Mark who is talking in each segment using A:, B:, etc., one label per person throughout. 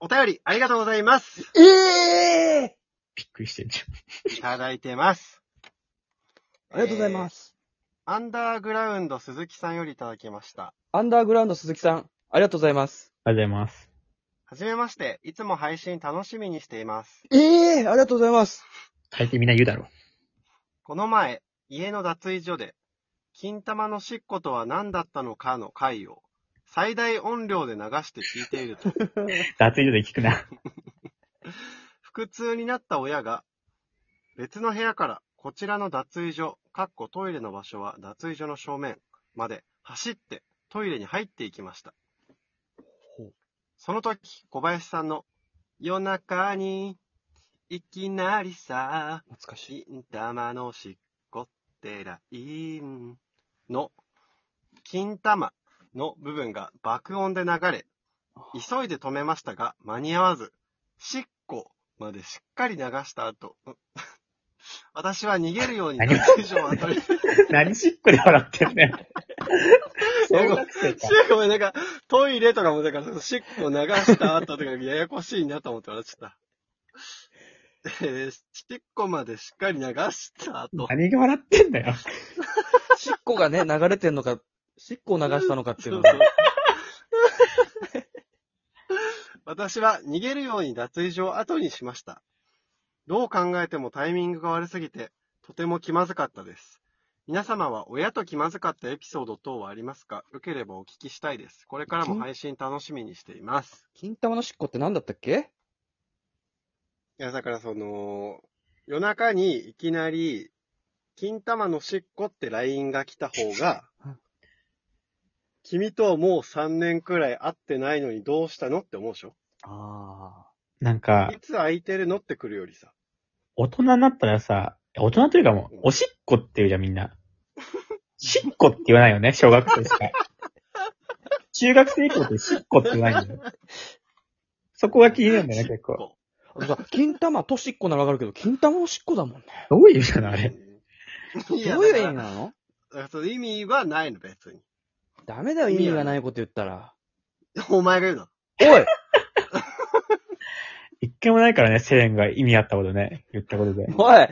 A: お便りありがとうございます。
B: ええ
C: びっくりしてんじ
A: いただいてます。
B: ありがとうございます。
A: アンダーグラウンド鈴木さんよりいただきました。
B: アンダーグラウンド鈴木さん、ありがとうございます。
C: ゃん。ありがとうございます。
A: はじめまして、いつも配信楽しみにしています。
B: ええありがとうございます。
C: 大抵みんな言うだろう。
A: この前、家の脱衣所で、金玉のしっことは何だったのかの回を、最大音量で流して聞いてい ると、
C: 脱衣所で聞くな。
A: 腹痛になった親が、別の部屋からこちらの脱衣所、かっこトイレの場所は脱衣所の正面まで走ってトイレに入っていきました
B: ほう。
A: その時、小林さんの夜中に、いきなりさ、
B: 懐かしい。
A: 金玉のしっこってラインの金玉の部分が爆音で流れ、急いで止めましたが間に合わず、しっこまでしっかり流した後、うん 私は逃げるように脱
C: 何
A: 衣所を後に、
C: 何しっこで笑ってんだよ。小学生か。
A: ご めん、なんかトイレとかも、だからしっこ流した後とかややこしいなと思って笑っちゃった。えー、しっこまでしっかり流した後、
C: 何が笑ってんだよ。
B: しっこがね、 流れてんのか、しっこを流したのかってい
A: そ
B: う
A: う
B: の
A: そう
B: が。
A: 私は逃げるように脱衣所を後にしました。どう考えてもタイミングが悪すぎて、とても気まずかったです。皆様は親と気まずかったエピソード等はありますかよければお聞きしたいです。これからも配信楽しみにしています。
B: 金玉のしっこって何だったっけ
A: いや、だからその、夜中にいきなり、金玉のしっこって LINE が来た方が
B: うん、
A: 君とはもう3年くらい会ってないのにどうしたのって思うでしょ
B: あ
C: なんか
A: い、つ空いてるのって来るよりさ。
C: 大人になったらさ、大人というかもう、おしっこって言うじゃんみんな。しっこって言わないよね、小学生しか。中学生以降ってしっこって言わないんだよ。そこが気になるんだよね、結構。
B: あ。あのさ金玉としっこならわかるけど、金玉のしっこだもんね。
C: どういう意味なのあれ。
A: うん。い
B: ど
A: や
B: ういう意
A: だ
B: 味
A: か
B: なの
A: らだからその意味はないの、別に。
B: ダメだよ、意味がないこと言ったら。
A: お前が言うな。
B: おい
C: 一回もないからね、セレンが意味あったことね。言ったことで。
B: おい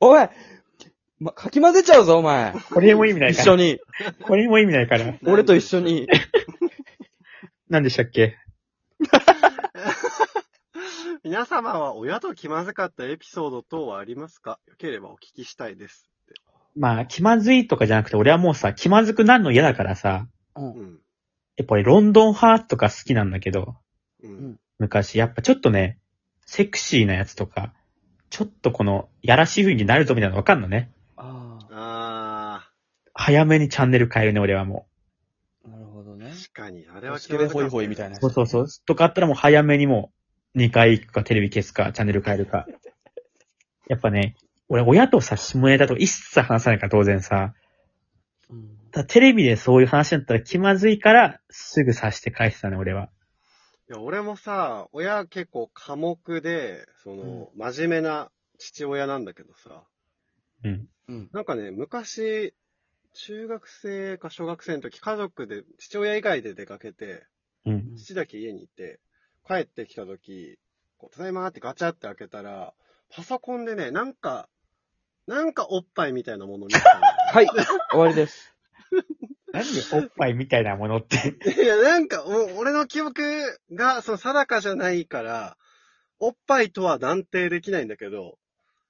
B: おいま、かき混ぜちゃうぞ、お前。
C: これも意味ない
B: 一
C: か
B: 緒
C: ら。
B: に。
C: これも意味ないから。
B: 俺と一緒に。
C: 何でしたっけ
A: 皆様は親と気まずかったエピソード等はありますかよければお聞きしたいです。
C: まあ、気まずいとかじゃなくて、俺はもうさ、気まずくなるの嫌だからさ、
B: うん。
A: うん。
C: やっぱりロンドンハーツとか好きなんだけど、
A: うんん。
C: 昔、やっぱちょっとね、セクシーなやつとか、ちょっとこの、やらしい風になるぞみたいなのわかんのね。
B: あ
A: あ
C: 早めにチャンネル変えるね、俺はも
B: あ。なるほどね
A: ー、。確かに。あれは
B: スケベホイホイみたい
A: な。
B: な。
C: う。そうそうそう。とかあったらもう早めにもう、2回行くか、テレビ消すか、チャンネル変えるか。やっぱね、俺、親とさ、下ネタとか一切話さないから、当然さ。
B: うん
C: ただテレビでそういう話だったら気まずいから、すぐ察して返してたね、俺は。
A: いや、俺もさ、親結構寡黙で、その、真面目な父親なんだけどさ、
C: うん。
B: うん。
A: なんかね、昔、中学生か小学生の時、家族で、父親以外で出かけて、
C: うん。
A: 父だけ家にいて、帰ってきた時、こうただいまーってガチャって開けたら、パソコンでね、なんか、なんかおっぱいみたいなもの見てた
B: はい、終わりです。
C: なんでおっぱいみたいなものって。
A: のいや、なんか、お俺の記憶が、その、定かじゃないから、おっぱいとは断定できないんだけど、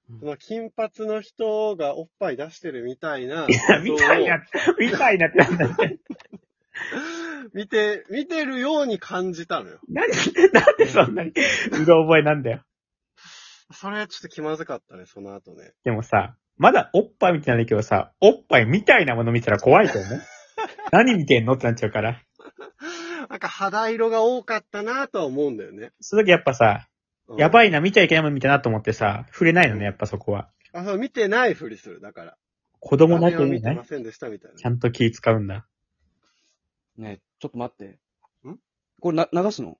B: うん
A: その金髪の人がおっぱい出してるみたいな、
C: みたいな、みたいなってなんだよ ね。
A: 見て、見てるように感じたのよ。
C: なんで、なんでそんなに、うろ覚えなんだよ。
A: それちょっと気まずかったね、その後ね。
C: でもさ、まだおっぱいみたいなんだけどさ、おっぱいみたいなもの見たら怖いと 思う。何見てんのってなっちゃうから。
A: なんか肌色が多かったなとは思うんだよね。
C: その時やっぱさ、
A: うん
C: やばいな、見ちゃいけないもの見たなと思ってさ、触れないのね、やっぱそこは。
A: あ、そう、見てないふりする。だから。
C: 子供
A: 画
C: だけ
A: 面を
C: に
A: 見て
C: ね
A: ま、せんでしたみたい
C: ちゃ
A: な。
C: んと気使うんだ。
B: ねちょっと待って。
A: ん
B: これな、流すの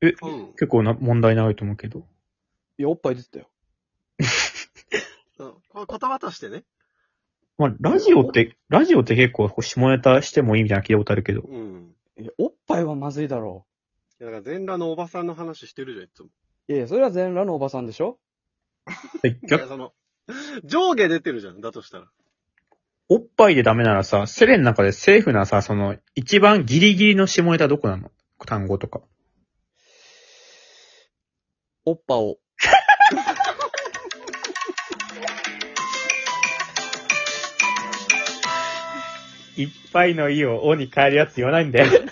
C: え、
A: うん
C: 結構な、問題ないと思うけど。
B: いや、おっぱい出てたよ。
A: うんこう言葉としてね。
C: まあ、ラジオって、ラジオって結構こう下ネタしてもいいみたいなの聞いたことあるけど。
A: うん。
B: いや、おっぱいはまずいだろ
A: や、だから全裸のおばさんの話してるじゃん、いつも。
B: いやいや、それは全裸のおばさんでしょ
C: 結
A: いや、
C: 局、
A: その、上下出てるじゃん、だとしたら。
C: おっぱいでダメならさ、セレンの中でセーフなさ、その、一番ギリギリの下ネタどこなの単語とか。
B: おっぱを。
C: いっぱいの意をおに変えるやつ言わないんだよ。